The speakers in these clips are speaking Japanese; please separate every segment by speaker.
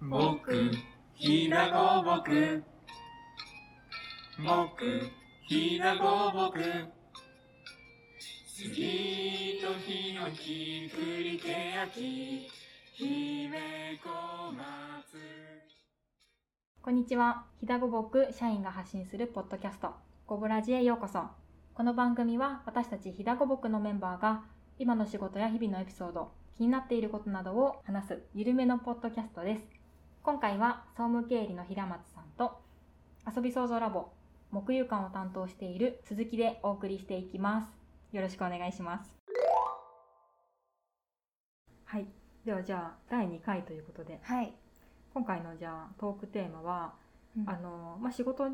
Speaker 1: 木ひなごぼく木ひなごぼく杉とヒノキ栗ケヤキ姫小松
Speaker 2: こんにちは。ひだごぼく社員が発信するポッドキャスト、ごぶラジへようこそ。この番組は私たちひだごぼくのメンバーが今の仕事や日々のエピソード、気になっていることなどを話すゆるめのポッドキャストです。今回は総務経理の平松さんと遊び創造ラボ木遊館を担当している鈴木でお送りしていきます。よろしくお願いします。はい。ではじゃあ第2回ということで、
Speaker 3: はい。
Speaker 2: 今回のじゃあトークテーマは
Speaker 3: うん
Speaker 2: あのまあ、仕事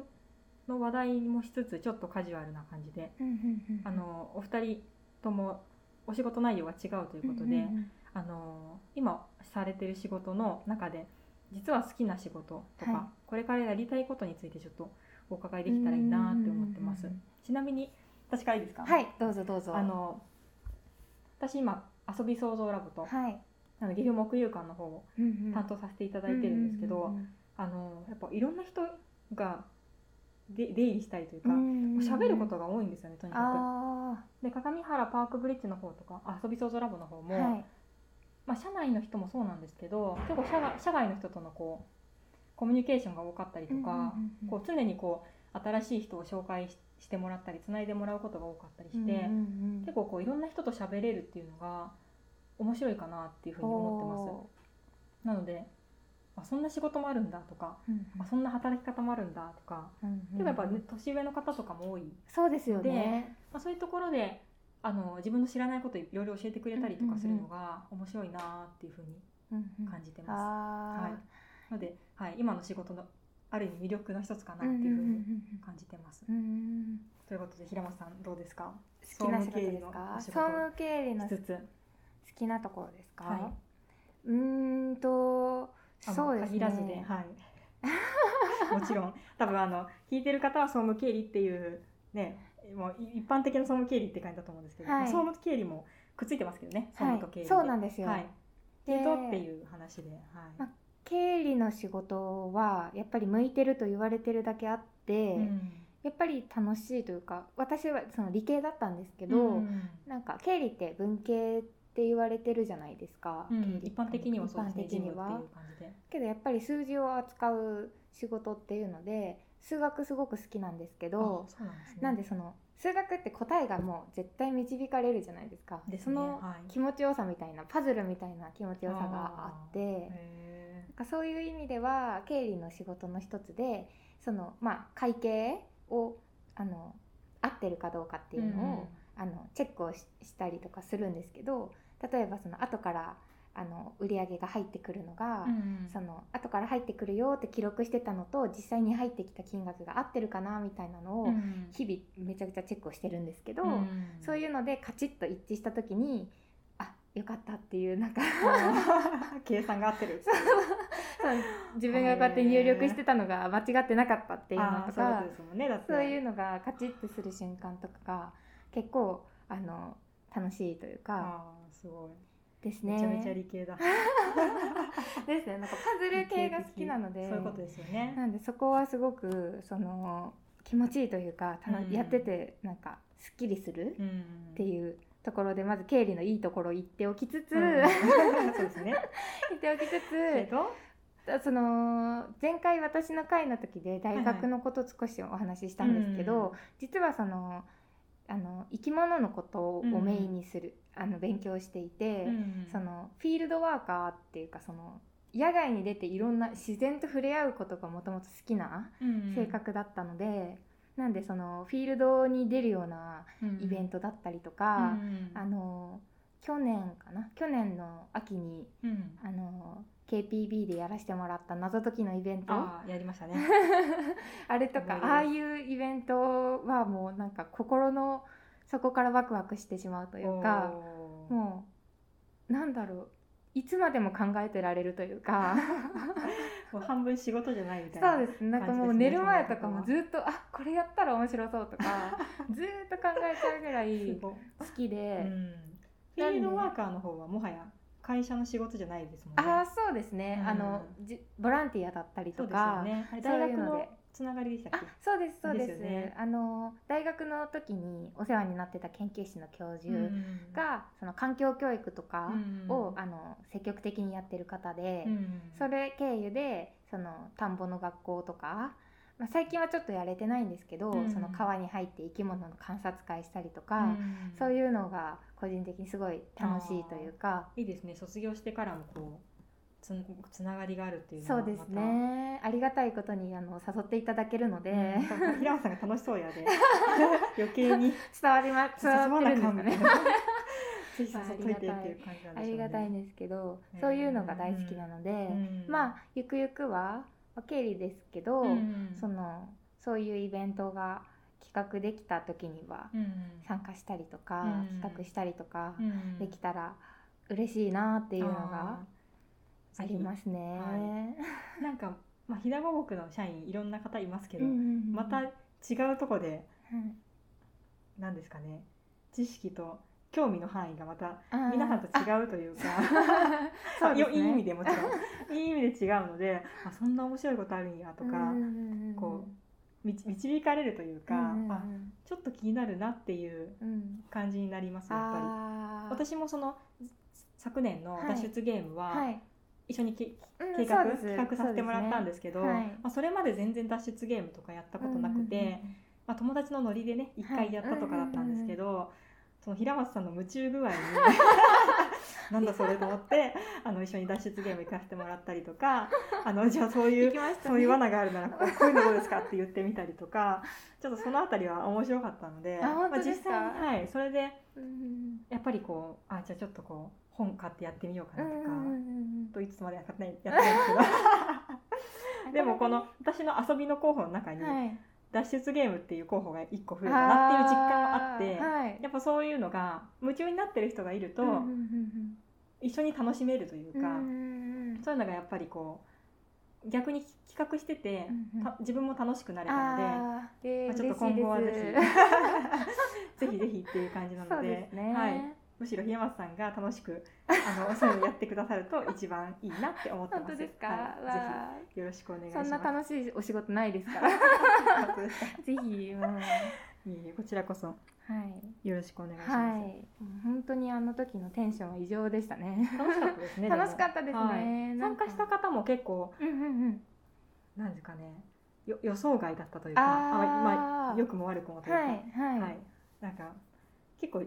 Speaker 2: の話題もしつつちょっとカジュアルな感じで、
Speaker 3: うんうんうん
Speaker 2: あのお二人ともお仕事内容が違うということで、
Speaker 3: うんうんうん
Speaker 2: あの今されてる仕事の中で実は好きな仕事とか、
Speaker 3: はい
Speaker 2: これからやりたいことについてちょっとお伺いできたらいいなって思ってます、
Speaker 3: うんうんうん
Speaker 2: ちなみに私からいいですか、
Speaker 3: はい、どうぞどうぞ。
Speaker 2: あの私今遊び創造ラボと、
Speaker 3: はい。
Speaker 2: あの岐阜木遊館の方を担当させていただいてるんですけど、あのやっぱいろんな人がで出入りしたりというか、喋ること
Speaker 3: が
Speaker 2: が多いんですよねとにか
Speaker 3: あ
Speaker 2: く。で鏡原パークブリッジの方とかあ遊び創造ラボの方
Speaker 3: あ、
Speaker 2: も、
Speaker 3: はい。
Speaker 2: まあ、社内の人もそうなんですけど結構社外社外の人とのこうコミュニケーションが多かったりとか、こう常にこう新しい人を紹介ししてもらったりつないでもらうことが多かったりして、結
Speaker 3: 構
Speaker 2: 構こういろんな人と喋れるっていうのが面白いかなっていうふうに思ってます。なのであそんな仕事もあるんだとかあそんな働き方もあるんだとか
Speaker 3: ます
Speaker 2: 結構やっぱ、ね年上の方とかも多い、ま
Speaker 3: そうですよね。
Speaker 2: あ、そういうところであの自分の知らないこといろいろ教えてくれたりとかするのが面白いなっていうふうに感
Speaker 3: じ
Speaker 2: じてます。は
Speaker 3: あ
Speaker 2: い
Speaker 3: あ、、
Speaker 2: ので、はい、今の仕事のある意味魅力の一つかな
Speaker 3: う
Speaker 2: っ
Speaker 3: ん
Speaker 2: ていうふう
Speaker 3: うん
Speaker 2: に
Speaker 3: うん
Speaker 2: 感じてます。
Speaker 3: うんうん
Speaker 2: ということで平松さんどうですか
Speaker 3: 好きな仕事です
Speaker 2: 総務経理の
Speaker 3: か
Speaker 2: お仕
Speaker 3: 総
Speaker 2: 事
Speaker 3: 務経理
Speaker 2: し
Speaker 3: の好
Speaker 2: つつ
Speaker 3: きなところです
Speaker 2: はい
Speaker 3: かうーんと、
Speaker 2: あの
Speaker 3: そうですね。
Speaker 2: 限らずで、はい、 もちろん多分あの聞いてる方は総務経理っていうねもうい一般的な総務経理って感じだと思うんですけど、
Speaker 3: はい
Speaker 2: まあ総務経理もくっついてますけどね総
Speaker 3: は
Speaker 2: 務と経理
Speaker 3: い、
Speaker 2: で
Speaker 3: そうなんですよ。
Speaker 2: はい、
Speaker 3: で
Speaker 2: えっとっていう話で、はい
Speaker 3: まあ経理の仕事はやっぱり向いてると言われてるだけあって、
Speaker 2: うん
Speaker 3: やっぱり楽しいというか私はその理系だったんですけど、
Speaker 2: うん
Speaker 3: なんか経理って文系って言われてるじゃないですか、
Speaker 2: うん
Speaker 3: 経理
Speaker 2: 一般的にはそうですね
Speaker 3: 一般的には
Speaker 2: 事務っていう感じで、
Speaker 3: けどやっぱり数字を扱う仕事っていうので数学すごく好きなんですけど
Speaker 2: あそうなんですね
Speaker 3: なんでその数学って答えがもう絶対導かれるじゃないですか
Speaker 2: ですね
Speaker 3: その
Speaker 2: はい
Speaker 3: 気持ちよさみたいなパズルみたいな気持ちよさがあって。
Speaker 2: へ
Speaker 3: なんかそういう意味では経理の仕事の一つでその、まあ、会計をあの合ってるかどうかって
Speaker 2: ー
Speaker 3: いうのを、
Speaker 2: ん
Speaker 3: あのチェックをししたりとかするんですけど例えばその後からあの売り上げが入ってくるのが、
Speaker 2: うん
Speaker 3: その後から入ってくるよって記録してたのと実際に入ってきた金額が合ってるかなみたいなの
Speaker 2: う
Speaker 3: を
Speaker 2: ん
Speaker 3: 日々めちゃくちゃチェックをしてるんですけど、
Speaker 2: うん
Speaker 3: そういうのでカチッと一致した時にあよかったっていう なんか
Speaker 2: あー計算が合ってるっ
Speaker 3: そう自分がこうやって入力してたのが間違ってなかったって
Speaker 2: て
Speaker 3: いうのとか
Speaker 2: ですもんねだって
Speaker 3: そういう
Speaker 2: う
Speaker 3: のがカチッとする瞬間とかが結構あの楽しいというか
Speaker 2: あーすごい
Speaker 3: ですね。
Speaker 2: めちゃめちゃ理系だ
Speaker 3: ですねなんかパズル系が好きなの
Speaker 2: 理
Speaker 3: で
Speaker 2: 系的そういうことですよね
Speaker 3: なんでそこはすごくその気持ちいいというか、たの
Speaker 2: うん
Speaker 3: やっててなんかすっきりする
Speaker 2: うん
Speaker 3: っていうところでまず経理のいいところを言っておきつつ、
Speaker 2: うん
Speaker 3: 言
Speaker 2: そうです ね
Speaker 3: っておきつ
Speaker 2: け
Speaker 3: つ
Speaker 2: ど
Speaker 3: その前回私の会の時で大学のことを少しお話ししたんですけど、
Speaker 2: はいはい
Speaker 3: 実はそのあの生き物のことをメインにする、あの勉強していて、そのフィールドワーカーっていうかその野外に出ていろんな自然と触れ合うことがもともと好きな性格だったので、なんでそのフィールドに出るようなイベン
Speaker 2: ト
Speaker 3: トだったりとか、あの去年かな去年の秋にあの KPB でやらせてもらった謎解きのイベントあ
Speaker 2: あーやりましたね
Speaker 3: れと
Speaker 2: 思い
Speaker 3: か
Speaker 2: 出です
Speaker 3: ああいうイベントはもうなんか心の底からワクワクしてしまうというか
Speaker 2: おー
Speaker 3: もうなんだろういつまでも考えてられるというか
Speaker 2: もう半分仕事じゃないみたいな
Speaker 3: そうですねなんかもう
Speaker 2: 感じですね
Speaker 3: 寝る前とかもずっとあこれやったら面白そうと かずーっと考えちゃうぐらい
Speaker 2: ごい
Speaker 3: 好きで、
Speaker 2: うんフィールドワーカーの方はもはや会社の仕事じゃないですもん
Speaker 3: あ
Speaker 2: ね
Speaker 3: あ。そうですね、
Speaker 2: うん
Speaker 3: あのじボランティアだったり
Speaker 2: そう
Speaker 3: と
Speaker 2: ですよ
Speaker 3: か
Speaker 2: ね。あれ
Speaker 3: そう
Speaker 2: 大
Speaker 3: いう
Speaker 2: 学
Speaker 3: ので
Speaker 2: のつながりでしたっ
Speaker 3: あ
Speaker 2: け？
Speaker 3: そうですそうです
Speaker 2: ですよね
Speaker 3: あの大学の時にお世話になってた研究室の教授
Speaker 2: うん
Speaker 3: が、その環境教育とかを、
Speaker 2: うん
Speaker 3: あの積極的にやってる方で、
Speaker 2: うん
Speaker 3: それ経由でその田んぼの学校とか、まあ、最近はちょっとやれてないんですけど、
Speaker 2: うん
Speaker 3: その川に入って生き物の観察会したりと
Speaker 2: う
Speaker 3: か、
Speaker 2: ん
Speaker 3: そういうのが個人的にすごい楽しいというか。
Speaker 2: いいですね。卒業してからもこうつんつながりがあるっていうの
Speaker 3: そ
Speaker 2: は
Speaker 3: うです。ね。ありがたいことにあの誘っていただけるの で、
Speaker 2: またうんなんか平尾さんが楽しそ うやで余計に
Speaker 3: 伝わりま伝わってるんですか
Speaker 2: みたい
Speaker 3: ね。
Speaker 2: な。 ぜひ誘っといてっていう感じなんでしょう
Speaker 3: あ
Speaker 2: ね。
Speaker 3: りがたいんですけど、
Speaker 2: ね
Speaker 3: そういうのが大好きなので、
Speaker 2: うん。
Speaker 3: まあゆくゆくはまあ経理ですけど、
Speaker 2: うん
Speaker 3: そのそういうイベントが企画できた時には
Speaker 2: うん
Speaker 3: 参加したりとか、
Speaker 2: うん
Speaker 3: 企画したりとか
Speaker 2: うん
Speaker 3: できたら嬉しいなっていうのが
Speaker 2: あー
Speaker 3: ありますね。
Speaker 2: はなんか、まあ、ひだごぼくの社員いろんな方いますけど、
Speaker 3: うんうんうん
Speaker 2: また
Speaker 3: は
Speaker 2: 違
Speaker 3: いう
Speaker 2: とこでなんですかね知識と興味の範囲がまた
Speaker 3: あー
Speaker 2: 皆さんと違うというか
Speaker 3: そうです
Speaker 2: よ
Speaker 3: ね
Speaker 2: いい意味でもちろんいい意味で違う のであそんな面白いことあるんやと
Speaker 3: う
Speaker 2: か、
Speaker 3: んうんうんうん
Speaker 2: こみ導かれるというか、
Speaker 3: うんうんうん
Speaker 2: あちょっと気になるなっていう
Speaker 3: うん
Speaker 2: 感じになりますやっぱり。
Speaker 3: あー
Speaker 2: 私もその昨年の脱出ゲームは、
Speaker 3: はい
Speaker 2: 一緒にき
Speaker 3: うん
Speaker 2: 計画、
Speaker 3: そうです
Speaker 2: 企画させてもらったんですすけど
Speaker 3: そうですねはい
Speaker 2: まあ、それまで全然脱出ゲームとかやったことなくて、
Speaker 3: うんうんうん
Speaker 2: まあ、友達のノリでね一回やったとかだったんですけど、その平松さんの夢中 具合になんだそれと思ってあの一緒に脱出ゲーム行かせてもらったりとかあのじゃあそういう
Speaker 3: 行。きましたね
Speaker 2: そういう罠があるならこうこういうのどうですかって言ってみたりとかちょっとそのあたりは面白かったので
Speaker 3: あ本当ですか
Speaker 2: まあ、実際、はい、それで
Speaker 3: うんうん
Speaker 2: やっぱりこうあじゃあちょっとこう本買ってやってみようか
Speaker 3: う
Speaker 2: なと
Speaker 3: ん
Speaker 2: か、
Speaker 3: うんうん
Speaker 2: と言いつつまでやってないやってないんです
Speaker 3: うん
Speaker 2: けどでもこの私の遊びの候補の中に
Speaker 3: はい
Speaker 2: 脱出ゲームっていう候補が1個増えたなっていう実感はあって
Speaker 3: ーはい
Speaker 2: やっぱそういうのが夢中になってる人がいると
Speaker 3: うんうんうん
Speaker 2: 一緒に楽しめるという
Speaker 3: うん
Speaker 2: か、
Speaker 3: うんうんうん
Speaker 2: そういうのがやっぱりこう逆に企画してて
Speaker 3: う、んうん
Speaker 2: た自分も楽しくなれたので、
Speaker 3: あーえー
Speaker 2: まあ、ちょっと今後はぜひ ぜひぜひっていう感じな
Speaker 3: そ
Speaker 2: の
Speaker 3: う
Speaker 2: で
Speaker 3: ですね、
Speaker 2: はい、むしろ平松さんが楽しく あのそういうのやってくださると一番いいなって思ってます。
Speaker 3: 本当ですか、
Speaker 2: はい、ぜひ
Speaker 3: わー
Speaker 2: よろしくお願いし
Speaker 3: そ
Speaker 2: ます。
Speaker 3: んな楽しいお仕事ないです からぜ
Speaker 2: 本当 ですか
Speaker 3: ひもうはい
Speaker 2: えいえこちらこそよろしくお願いします。
Speaker 3: はいもう本当にあの時のテンションは異常でしたね
Speaker 2: 楽しかったですね。
Speaker 3: 楽しか
Speaker 2: っ
Speaker 3: ったですね、
Speaker 2: はい
Speaker 3: なん
Speaker 2: 参
Speaker 3: か
Speaker 2: 加した方も結構
Speaker 3: うんうんうん
Speaker 2: なんですかね、よ予想外だったというか、
Speaker 3: あー
Speaker 2: まあ良くも悪くもというか、
Speaker 3: はいはい、
Speaker 2: はいなんか結構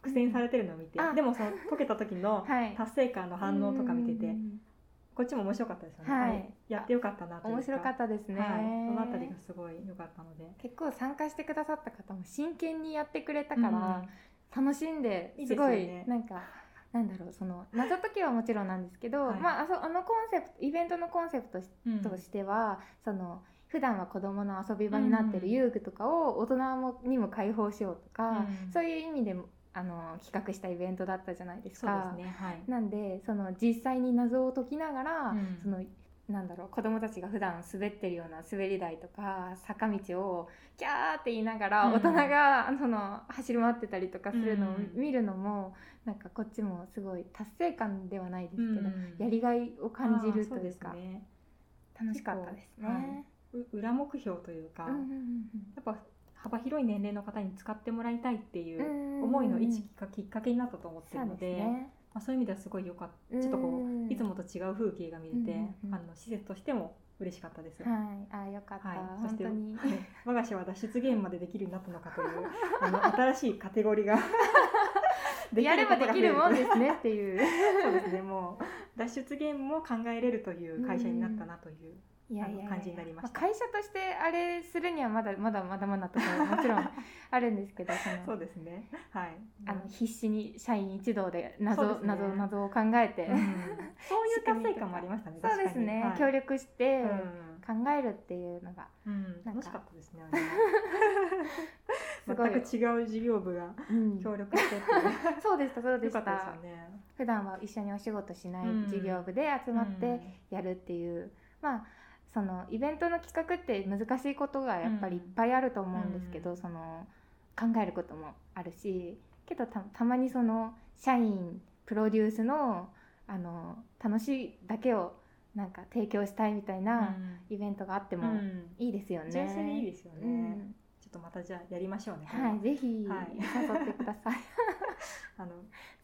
Speaker 2: 苦戦されてるのを見て、
Speaker 3: うんあ
Speaker 2: でもその解けた時の
Speaker 3: はい
Speaker 2: 達成感の反応とか見てて、
Speaker 3: うん
Speaker 2: こっちも面白かったですよね。
Speaker 3: はい
Speaker 2: あれやってよかったなというか。
Speaker 3: 面白かったですね、
Speaker 2: はい。そのあたりがすごい良かったので。
Speaker 3: 結構参加してくださった方も真剣にやってくれた
Speaker 2: だ
Speaker 3: から、楽しんで
Speaker 2: いいですす
Speaker 3: ご
Speaker 2: よ
Speaker 3: い
Speaker 2: ね
Speaker 3: なん かなんだろうその謎解きはもちろんなんですけど、
Speaker 2: はい
Speaker 3: まああそあのコンセプトイベントのコンセプトし
Speaker 2: うん
Speaker 3: としては、その普段は子どもの遊び場になってる遊具とかを大人もにも開放しようとか、
Speaker 2: うん
Speaker 3: そういう意味でもあの企画したイベントだったじゃないです
Speaker 2: そうで
Speaker 3: か。
Speaker 2: すね。はい。
Speaker 3: なんでその実際に謎を解きながら、
Speaker 2: うん
Speaker 3: そのなんだろう子供たちが普段滑ってるような滑り台とか坂道をキャーって言いながら、
Speaker 2: うん
Speaker 3: 大人がその走り回ってたりとかするのを
Speaker 2: うん
Speaker 3: 見るのも、なんかこっちもすごい達成感ではないですけど、
Speaker 2: うん
Speaker 3: やりがいを感じる
Speaker 2: あー
Speaker 3: と
Speaker 2: そう
Speaker 3: い
Speaker 2: で
Speaker 3: う
Speaker 2: す
Speaker 3: か
Speaker 2: ね。
Speaker 3: 楽しかったですね。
Speaker 2: う裏目標というか、
Speaker 3: うん
Speaker 2: やっぱ幅広い年齢の方に使ってもらいたいってい
Speaker 3: うんうん
Speaker 2: う
Speaker 3: うん
Speaker 2: 思いの一
Speaker 3: うん
Speaker 2: きっかけきっかけになったと思って
Speaker 3: そ
Speaker 2: る
Speaker 3: う
Speaker 2: の
Speaker 3: で
Speaker 2: で、
Speaker 3: すね
Speaker 2: まあそういう意味ではすごい良かった。ちょっと
Speaker 3: う
Speaker 2: こ
Speaker 3: ん
Speaker 2: ういつもと違う風景が見れて、
Speaker 3: うんうんうん
Speaker 2: あの施設としても嬉しかったです。
Speaker 3: はい、あーよかった、
Speaker 2: はい、
Speaker 3: 本
Speaker 2: そして
Speaker 3: 当に
Speaker 2: はい我が社は脱出ゲームまでできるようになった のかというあの新しいカテゴリーができ
Speaker 3: やれば
Speaker 2: こ
Speaker 3: で
Speaker 2: とが増
Speaker 3: き
Speaker 2: え
Speaker 3: るもんですねっていう。
Speaker 2: そうですねもう脱出ゲームも考えれるという会社になったなという、
Speaker 3: いやいや
Speaker 2: あの感じになりました
Speaker 3: あ会社としてあれするにはまだまだまだまだところもちろん あるんですけどその
Speaker 2: そうですねはい
Speaker 3: あの必死に社員一同で謎
Speaker 2: そうですね
Speaker 3: 謎謎を考えて、
Speaker 2: うんそういう達成感もありましたね
Speaker 3: そうですね、
Speaker 2: 確か
Speaker 3: 協
Speaker 2: にはい
Speaker 3: 力して
Speaker 2: うん
Speaker 3: 考えるっていうのが、
Speaker 2: うん
Speaker 3: なんか
Speaker 2: 楽しかったですね あれ
Speaker 3: すごい
Speaker 2: は全く違う事業部が
Speaker 3: うん
Speaker 2: 協力してっていう
Speaker 3: そうでしたそうで
Speaker 2: 良
Speaker 3: し
Speaker 2: か
Speaker 3: た
Speaker 2: ったですよね
Speaker 3: 普段は一緒にお仕事しない
Speaker 2: うん
Speaker 3: 事業部で集まってやるっていう、まあそのイベントの企画って難しいことがやっぱりいっぱいあると思うんですけど、
Speaker 2: うん
Speaker 3: その考えることもあるしけどたたまにその社員プロデュースのあの楽しいだけをなんか提供したいみたいなイベントがあって
Speaker 2: う
Speaker 3: も
Speaker 2: ん
Speaker 3: いいですよね。
Speaker 2: 純粋でいいですよね、
Speaker 3: うん
Speaker 2: ちょっとまたじゃあやりましょうね、これ
Speaker 3: はい、ぜひ誘
Speaker 2: はい
Speaker 3: ってください。
Speaker 2: あの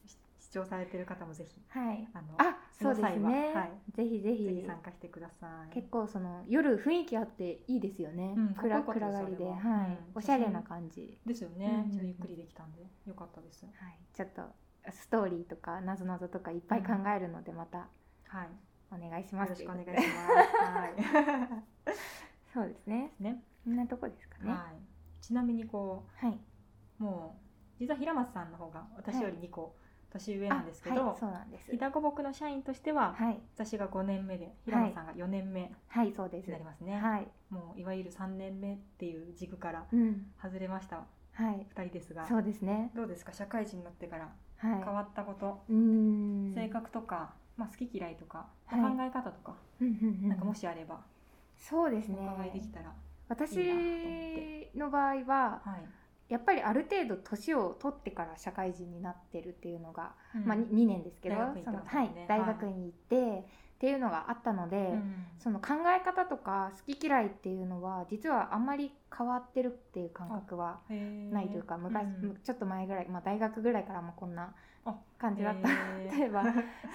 Speaker 2: し視聴されてる方もぜひ
Speaker 3: はい。
Speaker 2: あの
Speaker 3: あ、 そ
Speaker 2: そ
Speaker 3: う
Speaker 2: の
Speaker 3: です
Speaker 2: 際は
Speaker 3: ね。
Speaker 2: はい
Speaker 3: ぜひぜ
Speaker 2: ぜ
Speaker 3: ひ
Speaker 2: ひ参加してください
Speaker 3: 結構その夜雰囲気あっていいですよね。
Speaker 2: うん
Speaker 3: 暗
Speaker 2: かっこよ
Speaker 3: 暗
Speaker 2: かった
Speaker 3: が
Speaker 2: で
Speaker 3: りで、
Speaker 2: すそれ
Speaker 3: は、
Speaker 2: はいうん
Speaker 3: おしゃれな感じ。
Speaker 2: ですよ
Speaker 3: うんうん
Speaker 2: ね
Speaker 3: うん
Speaker 2: ちょっとゆっくりできたんでよかったです
Speaker 3: はい、ちょっとストーリーとか謎々とかいっぱい考えるのでまた
Speaker 2: はい
Speaker 3: お願いしま
Speaker 2: よ
Speaker 3: す。
Speaker 2: ろしくお願いし
Speaker 3: と
Speaker 2: ま
Speaker 3: うことで
Speaker 2: すは
Speaker 3: そうですね。
Speaker 2: いね
Speaker 3: こんなとこですかね。は
Speaker 2: はいちなみにこ
Speaker 3: い。
Speaker 2: うもう実は平松さんの方が私より2個年上なんですけど、
Speaker 3: あはい、そうなんです
Speaker 2: 飛。騨五木の社員としては、
Speaker 3: はい、
Speaker 2: 私が5年目で平野さんが4年目に
Speaker 3: はい、そうです。
Speaker 2: なりますね、
Speaker 3: はい、
Speaker 2: もういわゆる3年目っていう軸から
Speaker 3: うん、
Speaker 2: 外れました
Speaker 3: はい、
Speaker 2: 2人ですが
Speaker 3: そうですね。
Speaker 2: どうですか社会人になってから
Speaker 3: はい。
Speaker 2: 変わったこと、
Speaker 3: うーん。
Speaker 2: 性格とか、まあ、好き嫌いとか、
Speaker 3: はい
Speaker 2: 考え方とか、
Speaker 3: うんうんうん。
Speaker 2: なんかもしあれば
Speaker 3: そうです
Speaker 2: お
Speaker 3: ね。
Speaker 2: 伺いできたら、
Speaker 3: 私
Speaker 2: いいなと思
Speaker 3: の場合は
Speaker 2: はい、
Speaker 3: やっぱりある程度年を取ってから社会人になってるっていうのが、
Speaker 2: うん
Speaker 3: まあ、に2年ですけど
Speaker 2: 大学院
Speaker 3: その
Speaker 2: ってこと
Speaker 3: は
Speaker 2: です
Speaker 3: い
Speaker 2: ね
Speaker 3: 大学院に行って、っていうのがあったので、
Speaker 2: うん
Speaker 3: その考え方とか好き嫌いっていうのは実はあんまり変わってるっていう感覚は
Speaker 2: へー
Speaker 3: ないというか昔、
Speaker 2: ん
Speaker 3: ちょっと前ぐらい、まあ、大学ぐらいからもこんな
Speaker 2: あ
Speaker 3: 感じだった、
Speaker 2: へー
Speaker 3: 例え ば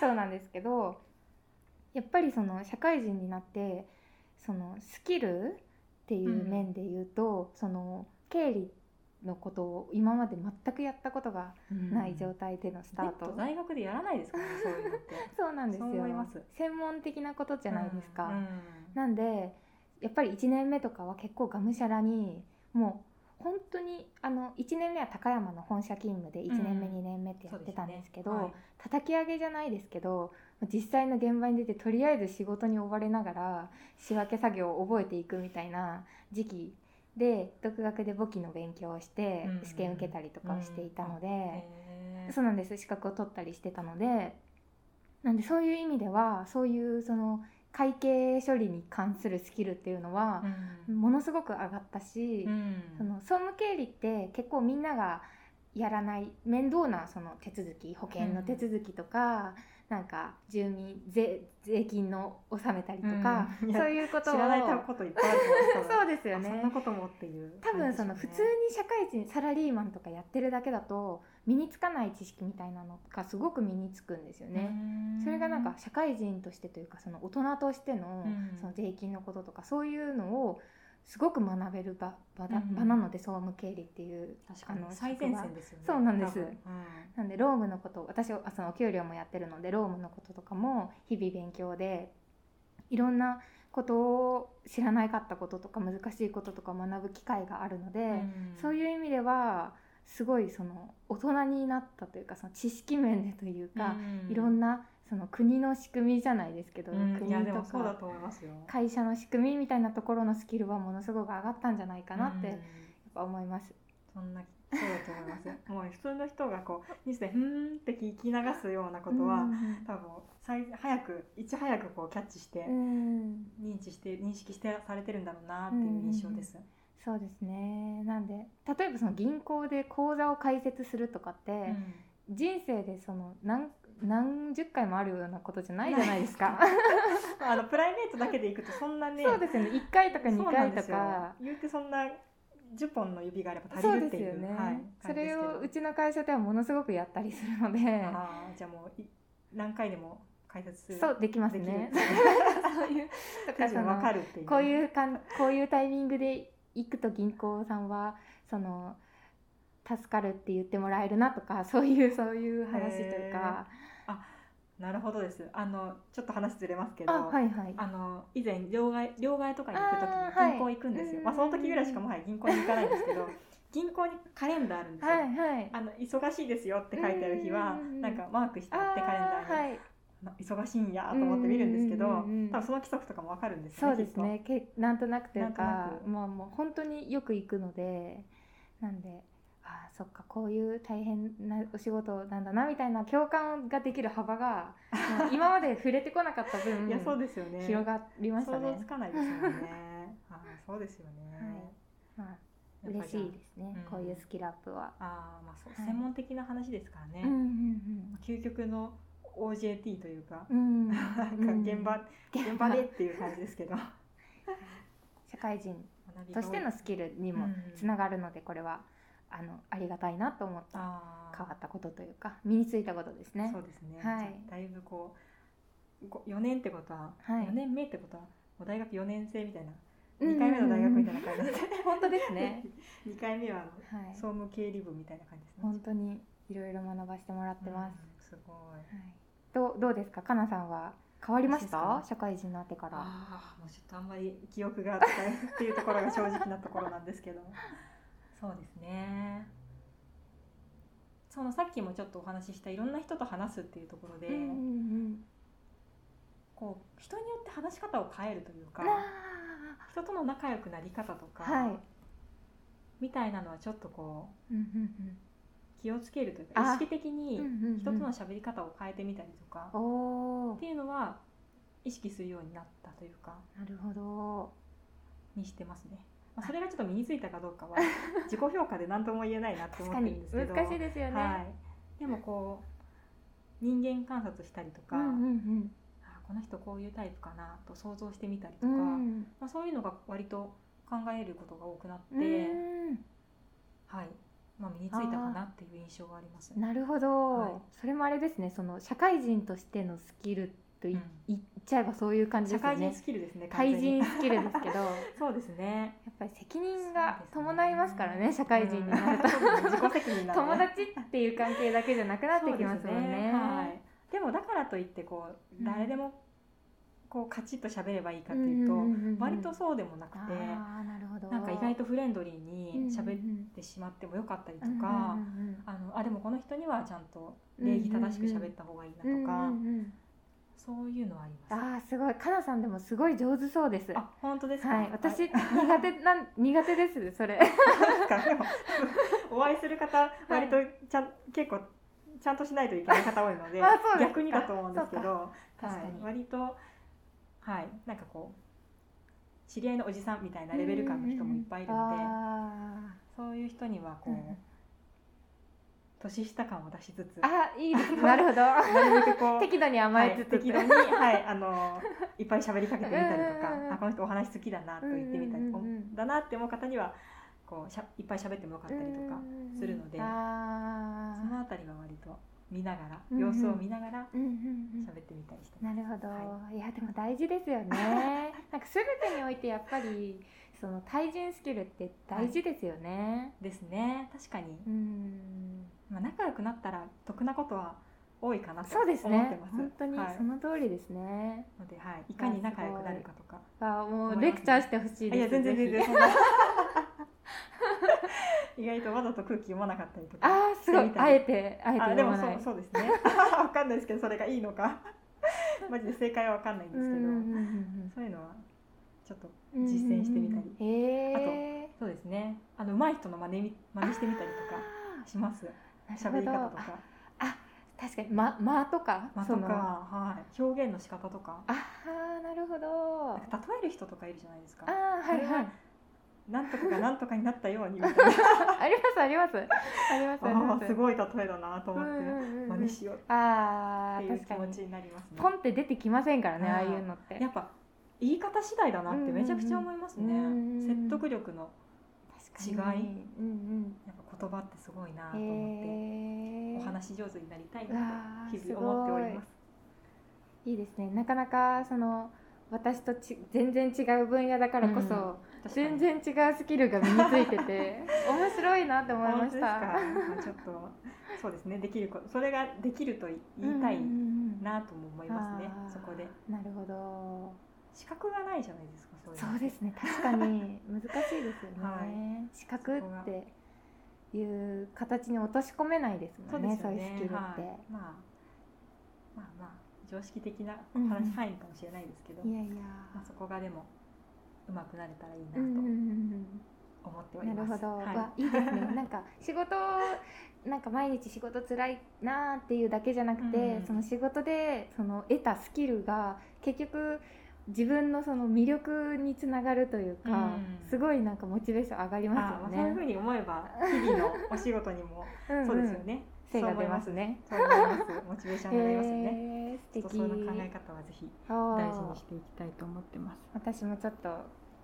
Speaker 3: そうなんですけどやっぱりその社会人になってそのスキルっていう面で言うと、その経理のことを今まで全くやったことがない状態でのスタート、
Speaker 2: 別途大学でやらないですからねそういうのって
Speaker 3: そうなんですよ
Speaker 2: そう思います
Speaker 3: 専門的なことじゃないですか、
Speaker 2: うんうん
Speaker 3: なんでやっぱり1年目とかは結構がむしゃらにもう本当にあの1年目は高山の本社勤務で1年目、
Speaker 2: うん
Speaker 3: 2年目ってやってたんですけど
Speaker 2: そうですねはい
Speaker 3: 叩き上げじゃないですけど実際の現場に出てとりあえず仕事に追われながら仕分け作業を覚えていくみたいな時期で独学で簿記の勉強をして
Speaker 2: うん
Speaker 3: 試験受けたりとかをしていたので、
Speaker 2: へー
Speaker 3: そうなんです資格を取ったりしてたのでなんでそういう意味ではそういうその会計処理に関するスキルっていうのは
Speaker 2: うん
Speaker 3: ものすごく上がったし、
Speaker 2: うん
Speaker 3: その総務経理って結構みんながやらない面倒なその手続き保険の手続きとか、なんか住民税税金の納めたりとか、
Speaker 2: うんい や
Speaker 3: そういうことを
Speaker 2: 知らないこといっぱいあると思 う
Speaker 3: そうです
Speaker 2: あ
Speaker 3: よ
Speaker 2: そん
Speaker 3: ね
Speaker 2: な。こともっていう
Speaker 3: 多
Speaker 2: 感
Speaker 3: 分
Speaker 2: じ
Speaker 3: その
Speaker 2: で
Speaker 3: 普
Speaker 2: しょうね
Speaker 3: 通に社会人サラリーマンとかやってるだけだと身につかない知識みたいなのがすごく身につくんですよね。それがなんか社会人としてというかその大人としての
Speaker 2: うん
Speaker 3: その税金のこととかそういうのをすごく学べる場場だ
Speaker 2: うん
Speaker 3: 場なので総務経理っていう
Speaker 2: 確かに
Speaker 3: あの
Speaker 2: 最前線ですよね
Speaker 3: そうなんです
Speaker 2: 多分
Speaker 3: なんでロームのこと私はそのお給料もやってるのでロームのこととかも日々勉強でいろんなことを知らなかったこととか難しいこととか学ぶ機会があるので、
Speaker 2: うん
Speaker 3: そういう意味ではすごいその大人になったというかその知識面でというか、いろん
Speaker 2: な
Speaker 3: なその国の仕組みじゃないですけど、
Speaker 2: うんいや
Speaker 3: 国
Speaker 2: で
Speaker 3: と
Speaker 2: もそうだ
Speaker 3: か
Speaker 2: と思いますよ
Speaker 3: 会社の仕組みみたいなところのスキルはものすごく上がったんじゃないかなって
Speaker 2: う
Speaker 3: やっ
Speaker 2: ん
Speaker 3: ぱ思います。
Speaker 2: そんなそうだと思いますもう普通の人がこうニュースで「うーん」って聞き流すようなことは、
Speaker 3: うん
Speaker 2: 多分最早くいち早くこうキャッチして、
Speaker 3: うん
Speaker 2: 認知して認識してされてるんだろうなっていう印象です。
Speaker 3: そうですねなんで例えばその銀行で口座を開設するとかって、
Speaker 2: うん
Speaker 3: 人生でその何何十回もあるようなことじゃないじゃないです か。
Speaker 2: まああのプライベートだけでいくとそんなね
Speaker 3: そうですよね1回とか
Speaker 2: そ
Speaker 3: 2
Speaker 2: うな
Speaker 3: 回
Speaker 2: んで
Speaker 3: と
Speaker 2: すよ
Speaker 3: か
Speaker 2: 言うてそんな10本の指があれば足
Speaker 3: そう
Speaker 2: りる
Speaker 3: で
Speaker 2: って
Speaker 3: す
Speaker 2: い
Speaker 3: よ
Speaker 2: う
Speaker 3: ね、
Speaker 2: はい、
Speaker 3: それを
Speaker 2: 感じ
Speaker 3: う
Speaker 2: です
Speaker 3: ちの会社ではものすごくやったりするの
Speaker 2: け
Speaker 3: で
Speaker 2: どああじゃあもうい何回でも解説する
Speaker 3: そうできます
Speaker 2: できる
Speaker 3: ね
Speaker 2: そういう
Speaker 3: と
Speaker 2: 感
Speaker 3: かそ
Speaker 2: じが分
Speaker 3: の
Speaker 2: かるっていう
Speaker 3: こういうかんこういうタイミングで行くと銀行さんはその助かるって言ってもらえるなとか そういうそういう話というか
Speaker 2: なるほどですあのちょっと話ずれますけど
Speaker 3: あはいはい
Speaker 2: あの以前両替両替とかに行く時
Speaker 3: あー
Speaker 2: に銀行行くんですよ
Speaker 3: はい
Speaker 2: まあ、その時ぐらいしかもはや銀行に行かないんです けど銀行にカレンダーあるんですよ、
Speaker 3: はいはい
Speaker 2: あの忙しいですよって書いてある日は
Speaker 3: うんうんうん
Speaker 2: なんかマークして
Speaker 3: あ
Speaker 2: あってカレンダーに
Speaker 3: ーはい
Speaker 2: な忙しいんやと思って見るんですけど、
Speaker 3: うんうんうんうん
Speaker 2: 多分その規則とかもわかるんですよ
Speaker 3: そうですねけなんとなくという
Speaker 2: なん
Speaker 3: か
Speaker 2: となく
Speaker 3: まあもう本当によく行くのでなんであーそっかこういう大変なお仕事なんだなみたいな共感ができる幅がもう今まで触れてこなかった
Speaker 2: きっと
Speaker 3: 分
Speaker 2: いやそうですよね
Speaker 3: 広がりました
Speaker 2: 想
Speaker 3: ね
Speaker 2: 像つかないですよ ねああそうですよね、
Speaker 3: まあ
Speaker 2: やっぱり
Speaker 3: 嬉しいですね、
Speaker 2: うん
Speaker 3: こういうスキルアップは。
Speaker 2: ああまあそう、
Speaker 3: はい
Speaker 2: 専門的な話ですからね、
Speaker 3: うんうん
Speaker 2: 究極の OJT というか、
Speaker 3: うん、
Speaker 2: なん か現場、現場でっていう感じですけど
Speaker 3: 社会人
Speaker 2: 学び
Speaker 3: と
Speaker 2: が多い
Speaker 3: してのスキルにも
Speaker 2: うん
Speaker 3: つながるので、これはあのありがたいなと思った
Speaker 2: あー
Speaker 3: 変わったことというか身についたことですね
Speaker 2: そうですね、
Speaker 3: はい
Speaker 2: じゃあだいぶこうご4年ってことは、
Speaker 3: はい
Speaker 2: 4年目ってことはもう大学4年生みたいな、
Speaker 3: うん
Speaker 2: 2回目の大学みたいな感じで
Speaker 3: 本当です ね
Speaker 2: 2回目はあの
Speaker 3: はい
Speaker 2: 総務経理部みたいな感じですね
Speaker 3: 本当にいろいろ学ばせてもらってます、
Speaker 2: うんすごい
Speaker 3: はい、どうどうですかかなさんは変わりまし
Speaker 2: 私
Speaker 3: た
Speaker 2: です
Speaker 3: 社会人になってから
Speaker 2: ああもうちょっとあんまり記憶が使えないっていうところが正直なところなんですけどそうですねそのさっきもちょっとお話ししたいろんな人と話すっていうところで、
Speaker 3: うんうん
Speaker 2: こう人によって話し方を変えるという
Speaker 3: う
Speaker 2: か
Speaker 3: んあ
Speaker 2: 人との仲良くなり方とか、
Speaker 3: はい
Speaker 2: みたいなのはちょっとこ
Speaker 3: ーうんうん
Speaker 2: う気をつけるというか
Speaker 3: あ
Speaker 2: 意識的に
Speaker 3: うんうんうん
Speaker 2: 人との喋り方を変えてみたりとか、
Speaker 3: おお
Speaker 2: っていうのは意識するようになったというか
Speaker 3: なるほど
Speaker 2: にしてますね。まあ、それがちょっと身についたかどう かは自己評価で何とも言えないなって
Speaker 3: 確
Speaker 2: 思っ
Speaker 3: か
Speaker 2: て
Speaker 3: に
Speaker 2: るんですけ
Speaker 3: 難
Speaker 2: ど
Speaker 3: しいですよね、
Speaker 2: はい、でもこう人間観察したりと
Speaker 3: う
Speaker 2: か、
Speaker 3: んうん
Speaker 2: あこの人こういうタイプかなと想像してみたりと
Speaker 3: う
Speaker 2: か、
Speaker 3: んうん
Speaker 2: まあ、そういうのが割と考えることが多くなって、
Speaker 3: うん
Speaker 2: はいまあ、身についたかなっていう印象がありますね。
Speaker 3: なるほど、
Speaker 2: はい
Speaker 3: それもあれですねその社会人としてのスキルとい,、
Speaker 2: うん
Speaker 3: 言っちゃえばそういう感じですよ
Speaker 2: 社会人
Speaker 3: ね
Speaker 2: スキルですね。完
Speaker 3: 対
Speaker 2: 全に
Speaker 3: 人スキルです けどや
Speaker 2: そうですね。
Speaker 3: っぱり責任が伴いますからね社会人になると、
Speaker 2: うん自己責任なん で
Speaker 3: 友達っていう関係だけじゃなくなってきますもんね
Speaker 2: そうですはい、でもだからといってこう、
Speaker 3: うん
Speaker 2: 誰でもこうカチッと喋ればいいかっていうと、
Speaker 3: んんんん
Speaker 2: 割とそうでもなくて、
Speaker 3: ああなるほど
Speaker 2: なんか意外とフレンドリーに喋っ
Speaker 3: る
Speaker 2: てしまってもよかったりとか、あのあでもこの人にはちゃんと礼儀正しく喋った方がいいなとか、そういうのはあります。
Speaker 3: ああすごいかなさんでもすごい上手そうです
Speaker 2: あ本当ですか、
Speaker 3: はい私
Speaker 2: あ
Speaker 3: 苦手なん苦手です それ
Speaker 2: なんかでも お会いする方割とちゃん、結構ちゃんとしないといけない方多いので
Speaker 3: あそうですか
Speaker 2: 逆にだと思うんですけど、は
Speaker 3: か確かに
Speaker 2: い、割とはいなんかこう知り合いのおじさんみたいなレベル感の人もいっぱいいるので、
Speaker 3: あ
Speaker 2: そういう人にはこう、
Speaker 3: うんうん
Speaker 2: 年下感を出しつつ
Speaker 3: ーあーいいです ねなるほど
Speaker 2: なるべくこう
Speaker 3: 適度に甘えつつ、
Speaker 2: はい適度に、はい、あのいっぱい喋りかけてみたり
Speaker 3: うん
Speaker 2: と
Speaker 3: うんうん
Speaker 2: かあこの人お話好きだなと言ってみたり、
Speaker 3: うんうんうん
Speaker 2: おだなって思う方にはこうしゃいっぱい喋ってもよかったりとか。するので
Speaker 3: あ
Speaker 2: そのあたりは割と見ながら、
Speaker 3: うんうん
Speaker 2: 様子を見ながら
Speaker 3: ーうんうん
Speaker 2: 喋ってみたりして
Speaker 3: うん、なるほど、、
Speaker 2: はい
Speaker 3: やでも大事ですよ ねなんか全てにおいてやっぱりその対人スキルって大事ですよね、
Speaker 2: ですね確かに、
Speaker 3: うん
Speaker 2: まあ、仲良くなったら得なことは多いかなと
Speaker 3: そう
Speaker 2: 思っ
Speaker 3: で
Speaker 2: てます
Speaker 3: ね本当に
Speaker 2: はい
Speaker 3: そ、の通りですね、
Speaker 2: ので、はい、いかに仲良くなるかとか
Speaker 3: あも
Speaker 2: 思いうます
Speaker 3: レクチャーしてほしい
Speaker 2: い
Speaker 3: です
Speaker 2: や全然
Speaker 3: ぜ
Speaker 2: 全
Speaker 3: ひ
Speaker 2: 然そんな 意外とわざと空気読まなかったりとか
Speaker 3: あーすご
Speaker 2: して
Speaker 3: い
Speaker 2: みた
Speaker 3: あ
Speaker 2: り
Speaker 3: えてあえて
Speaker 2: あで
Speaker 3: 読
Speaker 2: も
Speaker 3: ま
Speaker 2: そ
Speaker 3: ないう
Speaker 2: そうですね わかんないですけどそれがいいの かマジで正解はわかんないんで
Speaker 3: う
Speaker 2: す
Speaker 3: ん
Speaker 2: け
Speaker 3: うん
Speaker 2: ど、
Speaker 3: うんうん
Speaker 2: そういうのはちょっと
Speaker 3: うん
Speaker 2: 実践してみたり、
Speaker 3: へえ
Speaker 2: そうですね。あの上手い人の真似み真似してみたりとかします。
Speaker 3: あー
Speaker 2: 喋り
Speaker 3: なる
Speaker 2: 方
Speaker 3: ほ
Speaker 2: と
Speaker 3: ど
Speaker 2: か、
Speaker 3: あ確かに間間とか
Speaker 2: 間
Speaker 3: そ
Speaker 2: と
Speaker 3: の
Speaker 2: か、はい、表現の仕方とか。
Speaker 3: あーなるほど
Speaker 2: なんか例える人とかいるじゃないですか
Speaker 3: あ。ーはいはい
Speaker 2: なんとか がなんとかになったようにみたいな。
Speaker 3: ありますありますありますあり
Speaker 2: あ
Speaker 3: ま
Speaker 2: あ
Speaker 3: す
Speaker 2: すごい例えだなと思
Speaker 3: うん
Speaker 2: っ
Speaker 3: うんうん
Speaker 2: て
Speaker 3: うん
Speaker 2: 真似しようっ
Speaker 3: あ
Speaker 2: て
Speaker 3: ー
Speaker 2: いう気
Speaker 3: 確か
Speaker 2: 持
Speaker 3: に
Speaker 2: ちになりますね。
Speaker 3: ポンって出てきませんからね
Speaker 2: あー
Speaker 3: ああいうのって
Speaker 2: やっぱ言い方次第だなってめちゃくちゃ思いますね。
Speaker 3: うんうんうん
Speaker 2: 説得力の
Speaker 3: 確かに
Speaker 2: 違い
Speaker 3: うん
Speaker 2: やっぱ言葉ってすごいな
Speaker 3: う
Speaker 2: と思って。
Speaker 3: んへえ
Speaker 2: お話し上手になりたいう
Speaker 3: わ
Speaker 2: なと
Speaker 3: ー
Speaker 2: 日々思っております。
Speaker 3: いいですねなかなかその私とち全然違う分野だからこそ、
Speaker 2: うん確か
Speaker 3: 全
Speaker 2: に
Speaker 3: 然違うスキルが身について て面白いなって思いました
Speaker 2: 本当ですかまあちょっとそうですねできることそれができると言いたい
Speaker 3: うんうんうん
Speaker 2: なとも思いますね、
Speaker 3: あー
Speaker 2: そこで
Speaker 3: なるほど
Speaker 2: 資格がないじゃないですかそういう
Speaker 3: そうですね確かに難しいですよね、
Speaker 2: は
Speaker 3: 資格っていう形に落とし込めないですもんねそういうスキルって、
Speaker 2: はいまあまあまあ常識的な話範囲かもしれないですけど、
Speaker 3: い、やいや
Speaker 2: まあ、そこがでもうまくなれたらいいな
Speaker 3: うんうんうんう
Speaker 2: と
Speaker 3: ん
Speaker 2: 思っており
Speaker 3: なる
Speaker 2: ます、
Speaker 3: ほど、
Speaker 2: はい
Speaker 3: わいいですね なんか仕事なんか毎日仕事辛いなーっていうだけじゃなくて、
Speaker 2: うん
Speaker 3: その仕事でその得たスキルが結局自分のその魅力につながるというか、
Speaker 2: うん
Speaker 3: すごいなんかモチベーション上がり
Speaker 2: あ
Speaker 3: ま
Speaker 2: ーまあ
Speaker 3: す
Speaker 2: そ
Speaker 3: よ
Speaker 2: ういうふ
Speaker 3: ね。
Speaker 2: う に思えば日々のお仕事にも
Speaker 3: んん
Speaker 2: そうですよね、
Speaker 3: 精が出ますね。
Speaker 2: そう思います。モチベーションが上がりますよね。
Speaker 3: えー素
Speaker 2: ちょっ
Speaker 3: 敵
Speaker 2: とそういう考え方はぜひ
Speaker 3: あー
Speaker 2: 大事にしていきたいと思ってます。
Speaker 3: 私もちょっと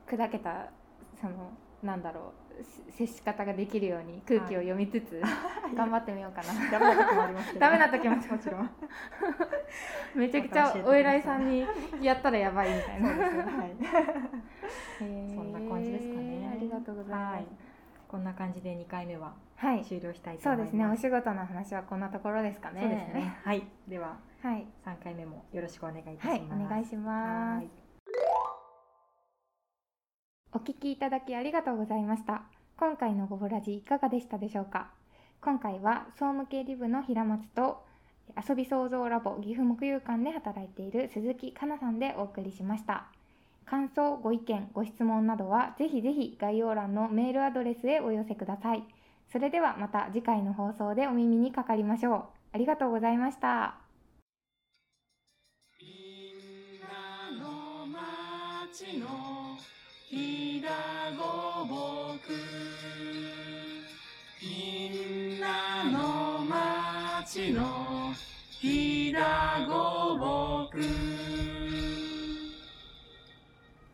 Speaker 3: 砕けたそのなんだろうし接し方ができるように空気を読みつつ、頑張ってみようかな
Speaker 2: ダメな時もありますけど。
Speaker 3: ダメな時も
Speaker 2: もちろん。
Speaker 3: めちゃくちゃお偉いさんにやったらやばいみたい
Speaker 2: そ
Speaker 3: な
Speaker 2: うですね。はい。
Speaker 3: そ
Speaker 2: そんな感じですかね。
Speaker 3: ありがとうございます
Speaker 2: はい。こんな感じで2回目は
Speaker 3: はい、
Speaker 2: 終了したいと
Speaker 3: そう
Speaker 2: 思い
Speaker 3: で
Speaker 2: ます。
Speaker 3: すねお仕事の話はこんなところですかね
Speaker 2: そうですね。はい。では
Speaker 3: はい
Speaker 2: 3回目もよろしくお願いいたします。
Speaker 3: はいお願いします
Speaker 2: はい
Speaker 3: お聞きいただきありがとうございました。今回のゴボラジいかがでしたでしょうか今回は総務経理部の平松と遊び創造ラボ岐阜木遊館で働いている鈴木かなさんでお送りしました。感想、ご意見、ご質問などはぜひぜひ概要欄のメールアドレスへお寄せください。それではまた次回の放送でお耳にかかりましょう。ありがとうございました。
Speaker 1: みんなの町のひだごぼくみんなの町のひだごぼく